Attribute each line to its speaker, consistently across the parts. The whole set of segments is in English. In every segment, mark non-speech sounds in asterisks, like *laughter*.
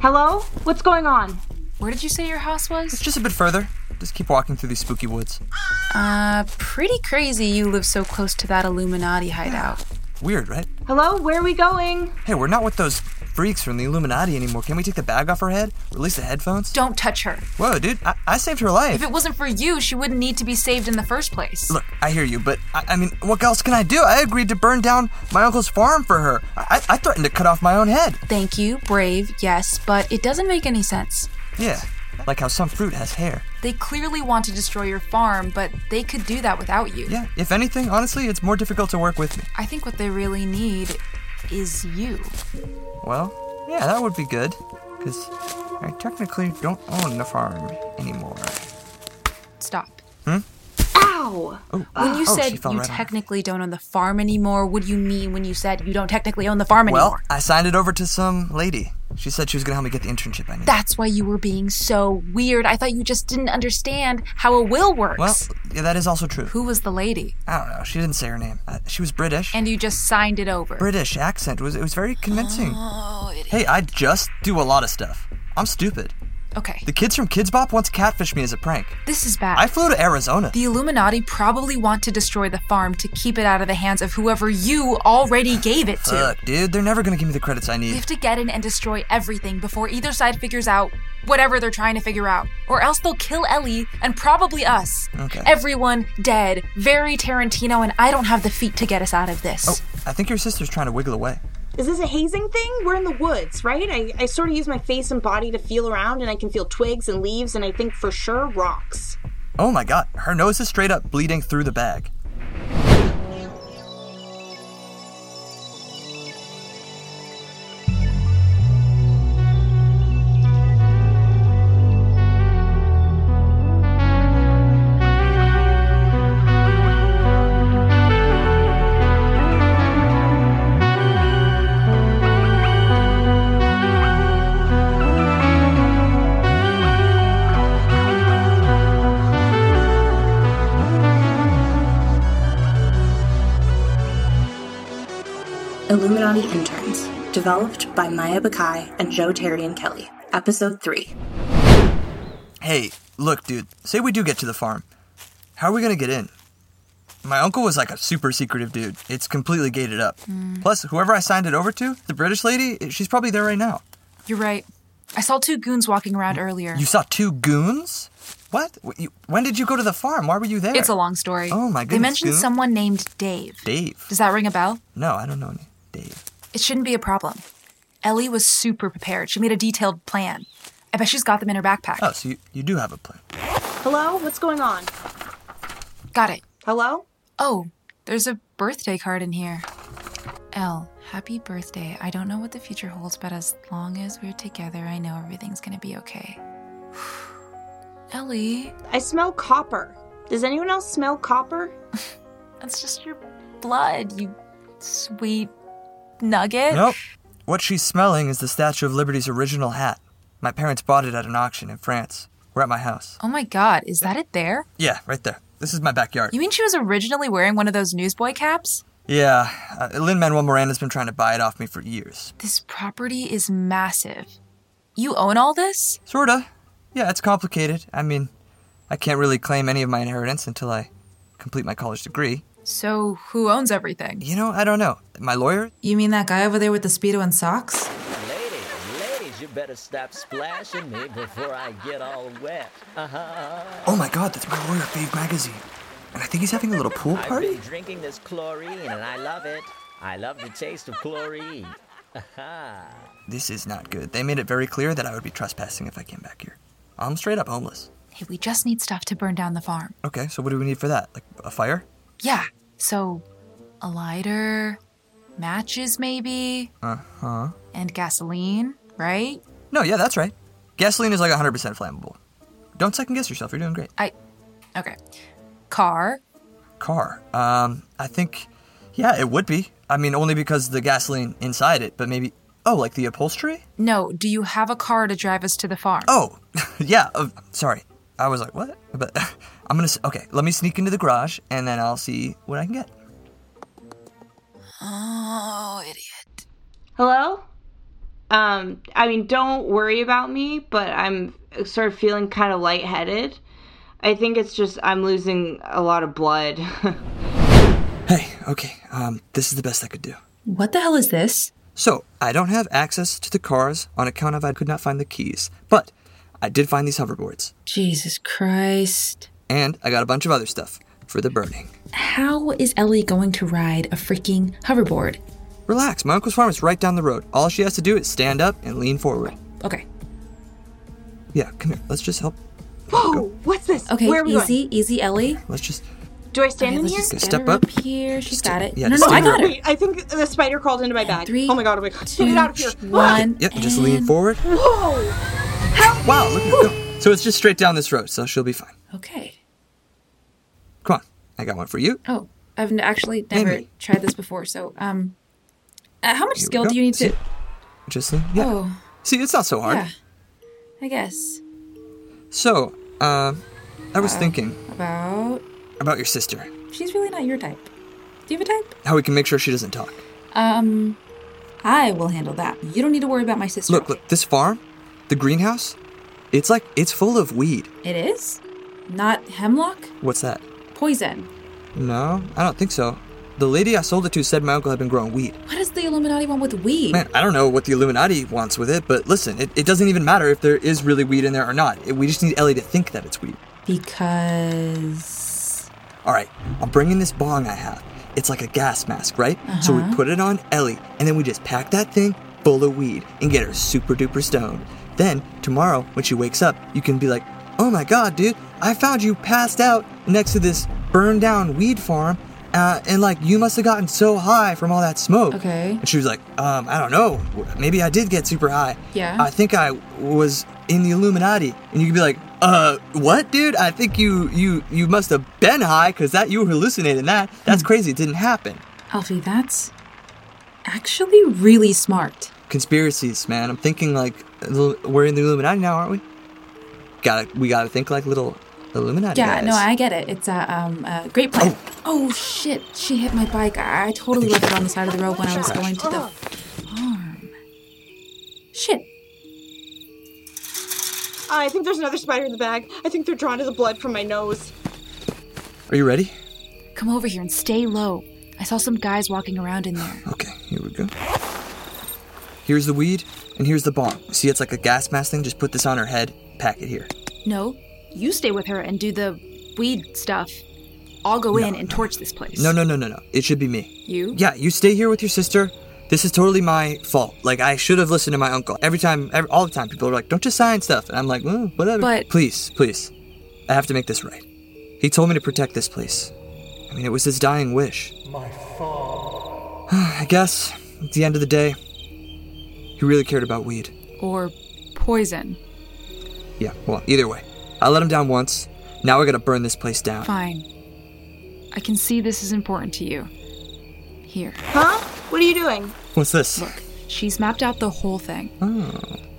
Speaker 1: Hello? What's going on?
Speaker 2: Where did you say your house was?
Speaker 3: It's just a bit further. Just keep walking through these spooky woods.
Speaker 2: Uh, pretty crazy you live so close to that Illuminati hideout.
Speaker 3: Weird, right?
Speaker 1: Hello? Where are we going?
Speaker 3: Hey, we're not with those freaks from the Illuminati anymore. Can we take the bag off her head? Release the
Speaker 2: *sighs*
Speaker 3: headphones?
Speaker 2: Don't touch her.
Speaker 3: Whoa, dude, I, I saved her
Speaker 2: If
Speaker 3: life.
Speaker 2: it wasn't for you, she wouldn't need to be saved in the first place.
Speaker 3: Look, I hear you, but I, I mean, what else can I do? I agreed to burn down my uncle's farm for her. I, I threatened to cut off my own head.
Speaker 2: Thank you, brave, yes, but it doesn't make any sense.
Speaker 3: Yeah, like how some fruit has hair.
Speaker 2: They clearly want to destroy your farm, but they could do that without you.
Speaker 3: Yeah, if anything, honestly, it's more difficult to work with me.
Speaker 2: I think what they really need is you.
Speaker 3: Well, yeah, that would be good, because I technically don't own the farm anymore.
Speaker 2: Stop.
Speaker 1: Ow!
Speaker 2: When you
Speaker 3: oh, she
Speaker 2: said
Speaker 3: fell
Speaker 2: you
Speaker 3: right on her.
Speaker 2: technically don't own the farm anymore, what do you mean when you said you don't technically own the farm
Speaker 3: Well,
Speaker 2: anymore?
Speaker 3: I signed it over to some lady. She said she was gonna help me get the internship I need.
Speaker 2: That's why you were being so weird. I thought you just didn't understand how a will works.
Speaker 3: well, yeah, that is also true.
Speaker 2: Who was the lady?
Speaker 3: I don't know. She didn't say her name. Uh, she was British.
Speaker 2: And you just signed it over.
Speaker 3: British accent was it was very convincing.
Speaker 2: Oh,
Speaker 3: hey, I just do a lot of stuff. I'm stupid.
Speaker 2: okay,
Speaker 3: The kids from Kids Bop once catfished me as a prank.
Speaker 2: this is bad.
Speaker 3: I flew to Arizona.
Speaker 2: the Illuminati probably want to destroy the farm to keep it out of the hands of whoever you already gave it to.
Speaker 3: Look, dude, they're never gonna give me the credits I
Speaker 2: We
Speaker 3: need.
Speaker 2: have to get in and destroy everything before either side figures out whatever they're trying to figure out. Or else they'll kill Ellie and probably us.
Speaker 3: Okay.
Speaker 2: Everyone dead. Very Tarantino, and I don't have the feet to get us out of this.
Speaker 3: Oh, I think your sister's trying to wiggle away.
Speaker 1: Is this a hazing thing? We're in the woods, right? I, I sort of use my face and body to feel around, and I can feel twigs and leaves, and I think for sure rocks.
Speaker 3: Oh my god, her nose is straight up bleeding through the bag.
Speaker 4: Illuminati Interns, developed by Maya Bakai and Joe Terry and Kelly. Episode 3.
Speaker 3: Hey, look, dude, say we do get to the farm. How are we gonna get in? My uncle was like a super secretive dude. It's completely gated up.
Speaker 2: Hmm.
Speaker 3: Plus, whoever I signed it over to, the British lady, eh, she's probably there right now.
Speaker 2: You're right. I saw two goons walking around earlier.
Speaker 3: You saw two goons? What? Wh- you- When did you go to the farm? Why were you there?
Speaker 2: it's a long story.
Speaker 3: Oh my
Speaker 2: They
Speaker 3: goodness,
Speaker 2: mentioned
Speaker 3: goon.
Speaker 2: someone named Dave.
Speaker 3: Dave.
Speaker 2: Does that ring a bell?
Speaker 3: No, I don't know any. Dave.
Speaker 2: It shouldn't be a problem. Ellie was super prepared. She made a detailed plan. I bet she's got them in her backpack.
Speaker 3: Oh, so you, you do have a plan.
Speaker 1: Hello? What's going on?
Speaker 2: Got it.
Speaker 1: Hello?
Speaker 2: Oh, there's a birthday card in here. L, happy birthday. I don't know what the future holds, but as long as we're together, I know everything's gonna be okay. *sighs* Ellie,
Speaker 1: I smell copper. Does anyone else smell copper?
Speaker 2: that's just your blood, you sweet nugget.
Speaker 3: Nope. What she's smelling is the Statue of Liberty's original hat. My parents bought it at an auction in France. We're at my house.
Speaker 2: Oh my god, is that it there?
Speaker 3: Yeah, right there. This is my backyard.
Speaker 2: You mean she was originally wearing one of those newsboy caps?
Speaker 3: Yeah, uh, Lin Manuel Miranda's been trying to buy it off me for years.
Speaker 2: This property is massive. You own all this?
Speaker 3: Sorta. Yeah, it's complicated. I mean, I can't really claim any of my inheritance until I complete my college degree.
Speaker 2: So, who owns everything?
Speaker 3: You know, I don't know. My lawyer?
Speaker 2: You mean that guy over there with the Speedo and socks?
Speaker 5: Ladies, ladies, you better stop splashing me before I get all wet.
Speaker 3: Oh my god, that's my lawyer, Fave Magazine. And I think he's having a little pool
Speaker 5: I've been
Speaker 3: party?
Speaker 5: drinking this chlorine and I love it. I love the taste of chlorine.
Speaker 3: This is not good. They made it very clear that I would be trespassing if I came back here. I'm straight up homeless.
Speaker 2: Hey, we just need stuff to burn down the farm.
Speaker 3: Okay, so what do we need for that? Like a fire?
Speaker 2: Yeah. So, a lighter, matches maybe. Uh huh. And gasoline, right?
Speaker 3: No, yeah, that's right. Gasoline is like 100% flammable. Don't second guess yourself. You're doing great.
Speaker 2: I. Okay. Car.
Speaker 3: car. Um, I think, yeah, it would be. I mean, only because the gasoline inside it, but maybe. Oh, like the upholstery?
Speaker 2: No, do you have a car to drive us to the farm?
Speaker 3: Oh, *laughs* yeah. Uh, sorry, I was like, what? But *laughs* I'm gonna. s- Okay, let me sneak into the garage and then I'll see what I can get.
Speaker 2: Oh, idiot.
Speaker 1: Hello? Um, I mean, don't worry about me, but I'm sort of feeling kind of lightheaded. I think it's just I'm losing a lot of blood. *laughs*
Speaker 3: Hey, okay, um, this is the best I could do.
Speaker 6: What the hell is this?
Speaker 3: So, I don't have access to the cars on account of I could not find the keys, but I did find these hoverboards.
Speaker 6: Jesus Christ.
Speaker 3: And I got a bunch of other stuff for the burning.
Speaker 6: How is Ellie going to ride a freaking hoverboard?
Speaker 3: Relax, my uncle's farm is right down the road. All she has to do is stand up and lean forward.
Speaker 6: Okay.
Speaker 3: Yeah, come here. Let's just help.
Speaker 1: Whoa, Oh, what's this?
Speaker 6: Okay,
Speaker 1: Where are we going?
Speaker 6: easy, easy, Ellie.
Speaker 3: Let's just.
Speaker 1: Do I stand in
Speaker 6: Let's
Speaker 1: here?
Speaker 6: just get
Speaker 3: Step
Speaker 6: her
Speaker 3: up.
Speaker 6: up here. She's got it.
Speaker 3: yeah,
Speaker 6: no, no,
Speaker 3: just
Speaker 6: no, I
Speaker 3: stand
Speaker 6: got
Speaker 3: up.
Speaker 6: it.
Speaker 1: Wait, I think the spider crawled into my bag.
Speaker 6: Three.
Speaker 1: oh my god, oh my god.
Speaker 6: two,
Speaker 1: Get it out of here.
Speaker 6: One.
Speaker 3: Yep, just lean
Speaker 6: and-
Speaker 3: forward.
Speaker 1: Whoa! Help
Speaker 3: Wow,
Speaker 1: me.
Speaker 3: look at her go. So it's just straight down this road, so she'll be fine.
Speaker 6: Okay.
Speaker 3: Come on, I got one for you.
Speaker 6: Oh, I've n- actually never
Speaker 3: Amy.
Speaker 6: tried this before. So, um, uh, how much
Speaker 3: Here we
Speaker 6: skill
Speaker 3: go.
Speaker 6: do you need to?
Speaker 3: See? Just lean. Yeah.
Speaker 6: Oh,
Speaker 3: See, it's not so hard.
Speaker 6: yeah. I guess
Speaker 3: So, uh, I was thinking
Speaker 6: about.
Speaker 3: about your sister,
Speaker 6: She's really not your type. Do you have a type?
Speaker 3: how we can make sure she doesn't talk.
Speaker 6: Um, I will handle that. You don't need to worry about my sister.
Speaker 3: Look, look, this farm, the greenhouse, it's like it's full of weed.
Speaker 6: It is not hemlock.
Speaker 3: What's that?
Speaker 6: Poison.
Speaker 3: No, I don't think so. The lady I sold it to said my uncle had been growing weed.
Speaker 6: What does the Illuminati want with weed?
Speaker 3: Man, I don't know what the Illuminati wants with it, but listen, it, it doesn't even matter if there is really weed in there or not. It- we just need Ellie to think that it's weed.
Speaker 6: Because
Speaker 3: All right, I'm bringing this bong I have. It's like a gas mask, right? So we put it on Ellie, and then we just pack that thing full of weed and get her super duper stoned. Then tomorrow, when she wakes up, you can be like, "Oh my god, dude, I found you passed out next to this burned down weed farm." Uh, and like you must have gotten so high from all that smoke.
Speaker 6: Okay.
Speaker 3: And she was like, um, I don't know. Maybe I did get super high.
Speaker 6: Yeah.
Speaker 3: I think I was in the Illuminati, and you could be like, "Uh, what, dude? I think you you you must have been high, cause that you were hallucinating that.
Speaker 6: Hmm.
Speaker 3: That's crazy. It didn't happen.
Speaker 6: Alfie, that's actually really smart.
Speaker 3: Conspiracies, man. I'm thinking like l- we're in the Illuminati now, aren't we? Gotta we gotta think like little Illuminati
Speaker 6: Yeah,
Speaker 3: guys.
Speaker 6: no, I get it. It's a um a great plan. Oh. shit, she hit my bike. I, I totally left it on the side of the road when I was going to the farm. Shit.
Speaker 1: I think there's another spider in the bag. I think they're drawn to the blood from my nose.
Speaker 3: Are you ready?
Speaker 2: Come over here and stay low. I saw some guys walking around in there.
Speaker 3: Okay, here we go. Here's the weed, and here's the bomb. See, it's like a gas mask thing. Just put this on her head. Pack it here.
Speaker 2: No, you stay with her and do the weed stuff. I'll go in and torch this place.
Speaker 3: No, no, no, no, no. It should be me.
Speaker 2: You?
Speaker 3: Yeah, you stay here with your sister. This is totally my fault. Like I should have listened to my uncle. Every time, every, all the time, people are like, "Don't just sign stuff," and I'm like, "Well, "Whatever."
Speaker 2: But-
Speaker 3: please, please, I have to make this right. He told me to protect this place. I mean, it was his dying wish. My farm. *sighs* I guess at the end of the day, he really cared about weed.
Speaker 2: Or poison.
Speaker 3: Yeah. Well, either way, I let him down once. Now we're gonna burn this place down.
Speaker 2: Fine. I can see this is important to you. Here.
Speaker 1: Huh? What are you doing?
Speaker 3: What's this?
Speaker 2: Look, she's mapped out the whole thing.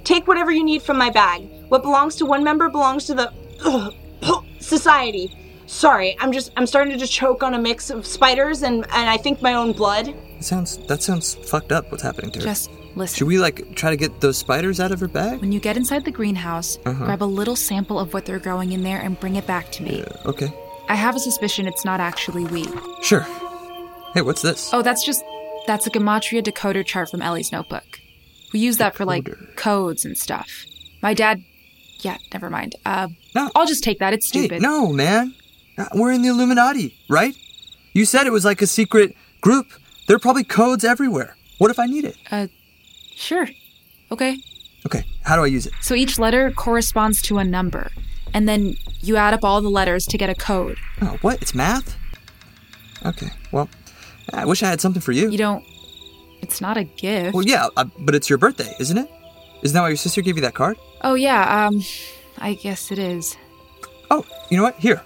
Speaker 1: Take whatever you need from my bag. What belongs to one member belongs to the *clears throat* society. Sorry, I'm just I'm starting to just choke on a mix of spiders and and I think my own blood.
Speaker 3: That sounds. That sounds fucked up. What's happening to her?
Speaker 2: Just listen.
Speaker 3: Should we like try to get those spiders out of her bag?
Speaker 2: When you get inside the greenhouse,
Speaker 3: Uh-huh.
Speaker 2: grab a little sample of what they're growing in there and bring it back to me.
Speaker 3: Okay.
Speaker 2: I have a suspicion it's not actually wheat.
Speaker 3: Sure. Hey, what's this?
Speaker 2: Oh, that's just that's a gematria decoder chart from Ellie's notebook. We use that for like
Speaker 3: Decoder.
Speaker 2: codes and stuff. My dad, yeah, never mind. Uh,
Speaker 3: No.
Speaker 2: I'll just take that. It's
Speaker 3: hey,
Speaker 2: stupid.
Speaker 3: no, man. Uh, We're in the Illuminati, right? You said it was like a secret group. There are probably codes everywhere. What if I need it?
Speaker 2: Sure. Okay.
Speaker 3: Okay, how do I use it?
Speaker 2: So each letter corresponds to a number, and then you add up all the letters to get a code.
Speaker 3: Oh, what? It's math? Okay, well, I wish I had something for you.
Speaker 2: You don't. It's not a gift.
Speaker 3: well, yeah, uh, but it's your birthday, isn't it? Isn't that why your sister gave you that card?
Speaker 2: Oh yeah. Um, I guess it is.
Speaker 3: Oh, you know what? Here,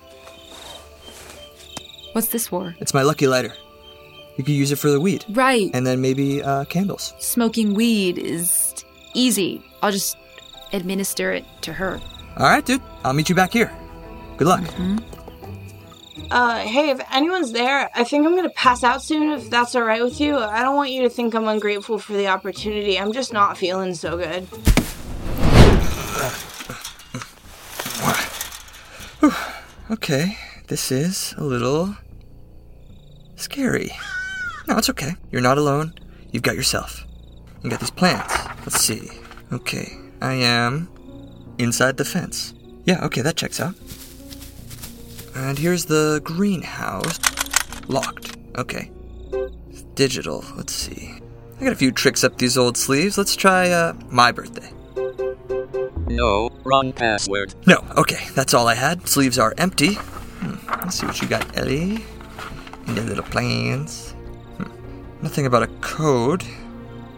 Speaker 2: What's this for?
Speaker 3: it's my lucky lighter. You could use it for the weed.
Speaker 2: Right.
Speaker 3: And then maybe uh, candles.
Speaker 2: Smoking weed is easy. I'll just administer it to her.
Speaker 3: All right, dude. I'll meet you back here. Good luck.
Speaker 1: Uh, hey, if anyone's there, I think I'm gonna pass out soon if that's alright with you. I don't want you to think I'm ungrateful for the opportunity. I'm just not feeling so good.
Speaker 3: Okay, this is a little scary. No, it's okay. You're not alone. You've got yourself. You got these plants. Let's see. Okay, I am inside the fence. Yeah, okay, that checks out. And here's the greenhouse. Locked. Okay. It's digital. Let's see. I got a few tricks up these old sleeves. Let's try uh, my birthday.
Speaker 7: No, wrong password.
Speaker 3: No, okay, that's all I had. Sleeves are empty. Hmm, let's see what you got, Ellie. And the little plans. Hmm, nothing about a code,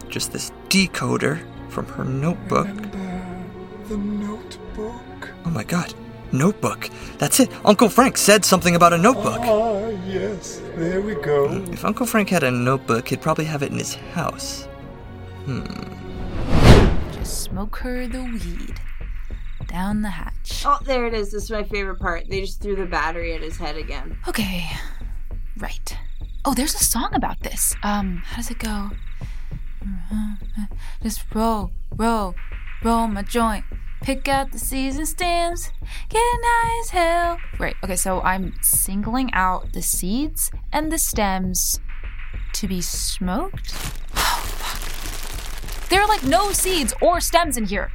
Speaker 3: just this decoder from her notebook.
Speaker 8: The notebook.
Speaker 3: Oh my god, notebook. That's it. Uncle Frank said something about a notebook.
Speaker 8: Ah, yes, there we go.
Speaker 3: If Uncle Frank had a notebook, he'd probably have it in his house.
Speaker 2: Just smoke her the weed. Down the hatch.
Speaker 1: Oh, there it is. This is my favorite part. They just threw the battery at his head again.
Speaker 2: Okay. Right. Oh, there's a song about this. Um, how does it go? Just roll, roll, roll my joint. Pick out the season stems. Get high as hell. Right. Okay, so I'm singling out the seeds and the stems to be smoked. Oh, fuck. There are like no seeds or stems in here.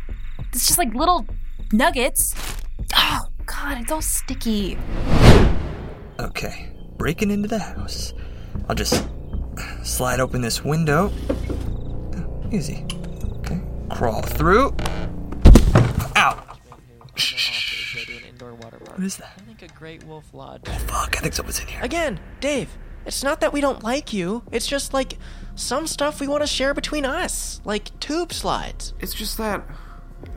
Speaker 2: It's just like little nuggets. Oh, God, it's all sticky.
Speaker 3: Okay, breaking into the house. I'll just slide open this window. Easy. Okay, crawl through. Ow!
Speaker 9: Go to an indoor water park.
Speaker 3: What is that?
Speaker 9: I think a Great Wolf Lodge.
Speaker 3: Fuck, I think someone's in here.
Speaker 9: Again, Dave, it's not that we don't like you. It's just like some stuff we want to share between us, like tube slides.
Speaker 10: It's just that.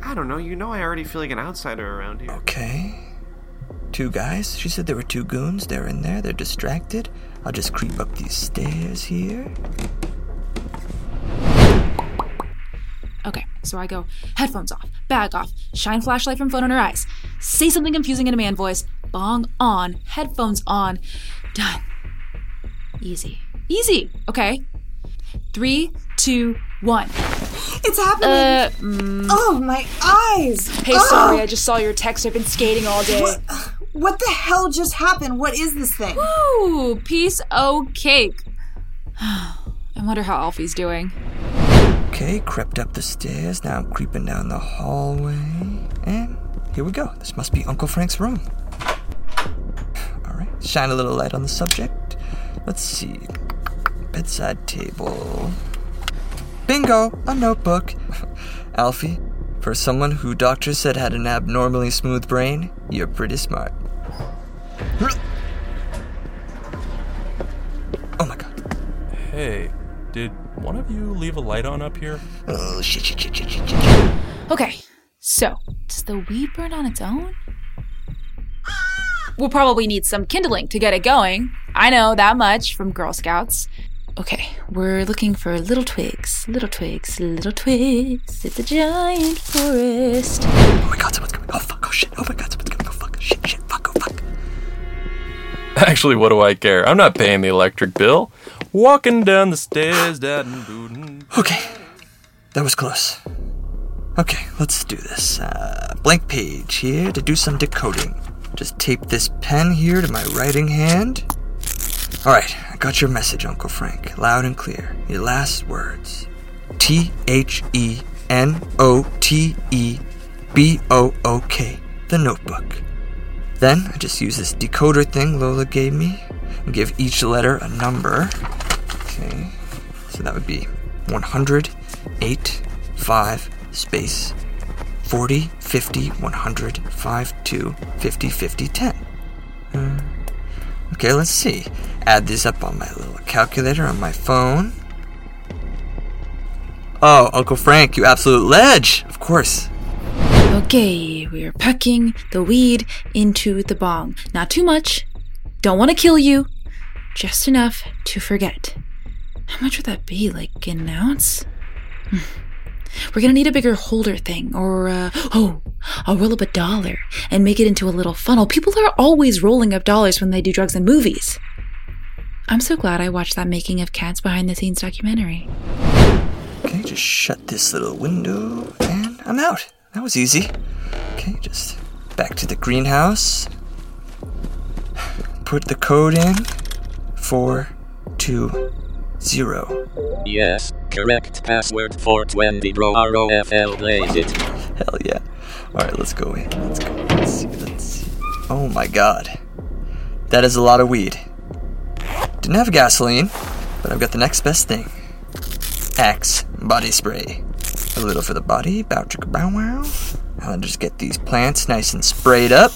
Speaker 10: I don't know, you know I already feel like an outsider around here.
Speaker 3: Okay. Two guys. She said there were two goons. They're in there. They're distracted. I'll just creep up these stairs here.
Speaker 6: Okay, so I go headphones off, bag off, shine flashlight from phone on her eyes, say something confusing in a man voice, bong on, headphones on, done. Easy. Easy. Okay. Three, two, one.
Speaker 11: It's happening!
Speaker 6: Uh,
Speaker 11: oh, my eyes!
Speaker 6: hey,
Speaker 11: Oh,
Speaker 6: sorry, I just saw your text. I've been skating all day.
Speaker 11: What the hell just happened? What is this thing?
Speaker 6: Ooh, piece o' cake. *sighs* I wonder how Alfie's doing.
Speaker 3: Okay, crept up the stairs. Now I'm creeping down the hallway. And here we go. This must be Uncle Frank's room. All right, shine a little light on the subject. Let's see. Bedside table. Bingo! A notebook. *laughs* Alfie, for someone who doctors said had an abnormally smooth brain, you're pretty smart. Oh my god.
Speaker 12: Hey, did one *laughs* of you leave a light on up here?
Speaker 3: Oh shit, shit, shit, shit, shit, shit, shit.
Speaker 6: Okay, so
Speaker 2: Does the weed burn on its own?
Speaker 6: we'll probably need some kindling to get it going. I know that much from Girl Scouts. Okay,
Speaker 2: We're looking for little twigs, little twigs, little twigs. It's a giant forest.
Speaker 3: Oh my god, someone's coming. Oh fuck, oh shit. Oh my god, someone's coming. Oh fuck, shit, shit, fuck, oh fuck.
Speaker 12: Actually, what do I care? I'm not paying the electric bill. Walking down the stairs, dad and bootin'.
Speaker 3: Okay, that was close. Okay, let's do this. Uh, blank page here to do some decoding. Just tape this pen here to my writing hand. All right, I got your message, Uncle Frank, loud and clear. Your last words T H E N O T E B O O K, the notebook. Then I just use this decoder thing Lola gave me and give each letter a number. Okay, so that would be 108, 5, space, 40, 50, 100, 5, 2, 50, 50, 10. Hmm. okay, let's see. Add these up on my little calculator on my phone. Oh, Uncle Frank, you absolute ledge! Of course.
Speaker 6: Okay, we are packing the weed into the bong. Not too much. Don't want to kill you. Just enough to forget. How much would that be? Like an ounce? Hmm, We're gonna need a bigger holder thing, or uh, oh, I'll roll up a dollar and make it into a little funnel. People are always rolling up dollars when they do drugs in movies. I'm so glad I watched that making of Cats behind the scenes documentary.
Speaker 3: Okay, just shut this little window, and I'm out. That was easy. Okay, just back to the greenhouse. Put the code in. Four, two, zero.
Speaker 7: Yes, correct password 420 bro ROFL blaze it.
Speaker 3: Hell yeah. All right, let's go in. Let's go. Let's see. Let's see. Oh my god, that is a lot of weed. Didn't have gasoline, but I've got the next best thing. Axe body spray. A little for the body. Bow chicka bow wow. I'll just get these plants nice and sprayed up.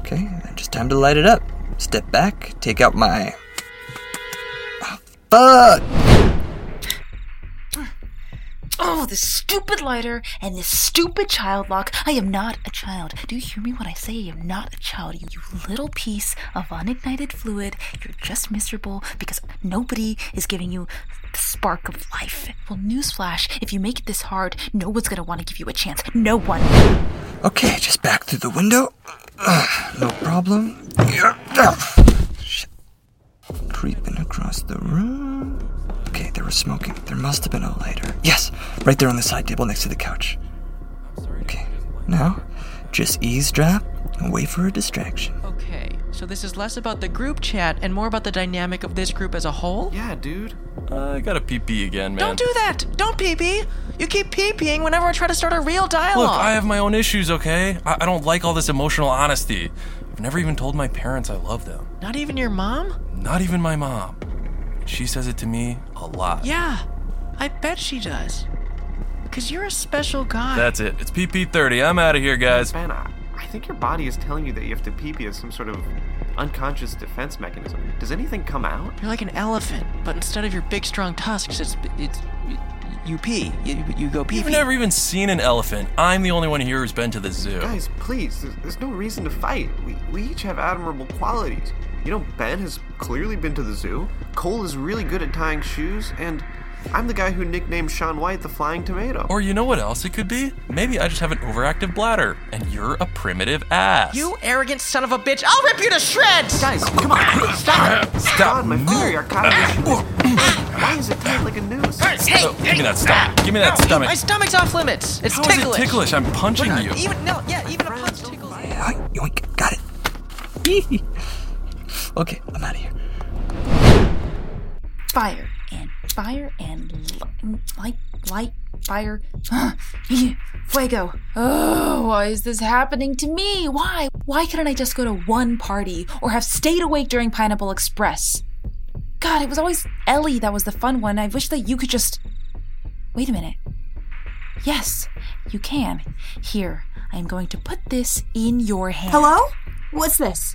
Speaker 3: Okay, and just time to light it up. Step back, take out my. Ah, fuck!
Speaker 2: Oh, this stupid lighter and this stupid child lock. I am not a child. Do you hear me when I say I am not a child? You, you little piece of unignited fluid. You're just miserable because nobody is giving you the spark of life. Well, newsflash if you make it this hard, no one's going to want to give you a chance. No one.
Speaker 3: Okay, just back through the window. Ugh, no problem. Yeah, ah. Shit. Creeping across the room. Okay, they were smoking. There must have been a lighter. Yes, right there on the side table next to the couch. Okay, now just eavesdrop and wait for a distraction.
Speaker 9: Okay, so this is less about the group chat and more about the dynamic of this group as a whole? Yeah, dude.
Speaker 12: I gotta pee pee again, man.
Speaker 9: Don't do that! Don't pee pee! You keep pee peeing whenever I try to start a real
Speaker 12: Look,
Speaker 9: dialogue!
Speaker 12: I have my own issues, okay? I, I don't like all this emotional honesty. I've never even told my parents I love them.
Speaker 9: Not even your mom?
Speaker 12: Not even my mom. She says it to me a lot.
Speaker 9: Yeah, I bet she does. Because you're a special guy.
Speaker 12: That's it. It's PP30. I'm out of here, guys.
Speaker 10: Ben, I, I think your body is telling you that you have to pee pee as some sort of unconscious defense mechanism. Does anything come out?
Speaker 9: You're like an elephant, but instead of your big strong tusks, it's. it's you pee. You, you go pee
Speaker 12: You've
Speaker 9: pee.
Speaker 12: never even seen an elephant. I'm the only one here who's been to the zoo.
Speaker 10: Guys, please, there's, there's no reason to fight. We, we each have admirable qualities. You know, Ben has clearly been to the zoo, Cole is really good at tying shoes, and I'm the guy who nicknamed Sean White the Flying Tomato.
Speaker 12: Or you know what else it could be? Maybe I just have an overactive bladder, and you're a primitive ass.
Speaker 9: You arrogant son of a bitch! I'll rip you to shreds! Guys, come on! Stop it!
Speaker 12: Stop.
Speaker 10: My fingers are caught. Why is it tied like a noose?
Speaker 12: Oh, give me that stomach. Give me that stomach.
Speaker 9: My stomach's off limits! It's
Speaker 12: How is
Speaker 9: ticklish!
Speaker 12: it ticklish? I'm punching you.
Speaker 9: Even, no, yeah, even a punch tickles.
Speaker 3: *laughs* Okay, I'm out of here.
Speaker 2: Fire and fire and li- light, light, fire. *gasps* Fuego. Oh, why is this happening to me? Why? Why couldn't I just go to one party or have stayed awake during Pineapple Express? God, it was always Ellie that was the fun one. I wish that you could just. Wait a minute. Yes, you can. Here, I am going to put this in your hand.
Speaker 11: Hello? What's this?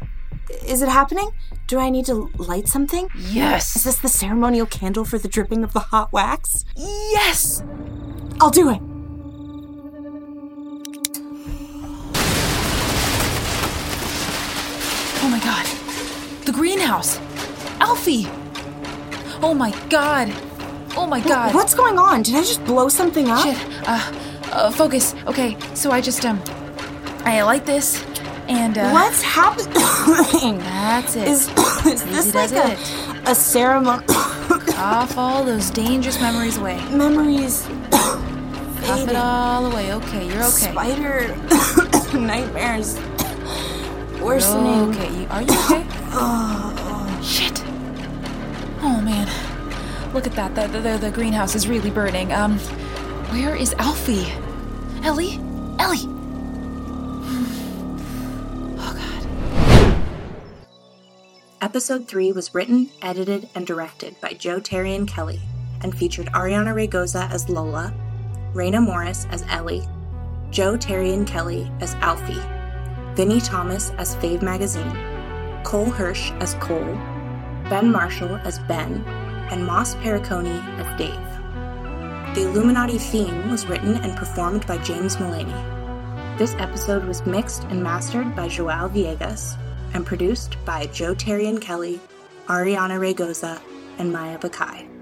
Speaker 11: Is it happening? Do I need to light something?
Speaker 2: Yes.
Speaker 11: Is this the ceremonial candle for the dripping of the hot wax?
Speaker 2: Yes!
Speaker 11: I'll do it.
Speaker 2: Oh my god. The greenhouse. Alfie. Oh my god. Oh my god.
Speaker 11: What's going on? Did I just blow something up?
Speaker 2: Shit. Uh, uh, focus. Okay, so I just, um, I like this, and, uh.
Speaker 11: What's happening?
Speaker 2: That's it.
Speaker 11: Is, *coughs* is this
Speaker 2: Easy does
Speaker 11: like a, a ceremony?
Speaker 2: Cough all those dangerous memories away.
Speaker 11: *coughs* Memories.
Speaker 2: Cough it all away. Okay, you're okay.
Speaker 11: Spider *coughs* nightmares *coughs* worsening.
Speaker 2: Okay, you, are you
Speaker 11: *gasps*
Speaker 2: okay?
Speaker 11: Uh,
Speaker 2: Shit. Oh man. Look at that. The, the, the greenhouse is really burning. Um, where is Alfie? Ellie? Ellie!
Speaker 4: Episode 3 was written, edited, and directed by Joe Terry and Kelly and featured Ariana Regoza as Lola, Raina Morris as Ellie, Joe Terry and Kelly as Alfie, Vinnie Thomas as Fave Magazine, Cole Hirsch as Cole, Ben Marshall as Ben, and Moss Pericone as Dave. The Illuminati theme was written and performed by James Mullaney. This episode was mixed and mastered by Joao Viegas and produced by Joe Terry and Kelly, Ariana Regoza, and Maya Bakai.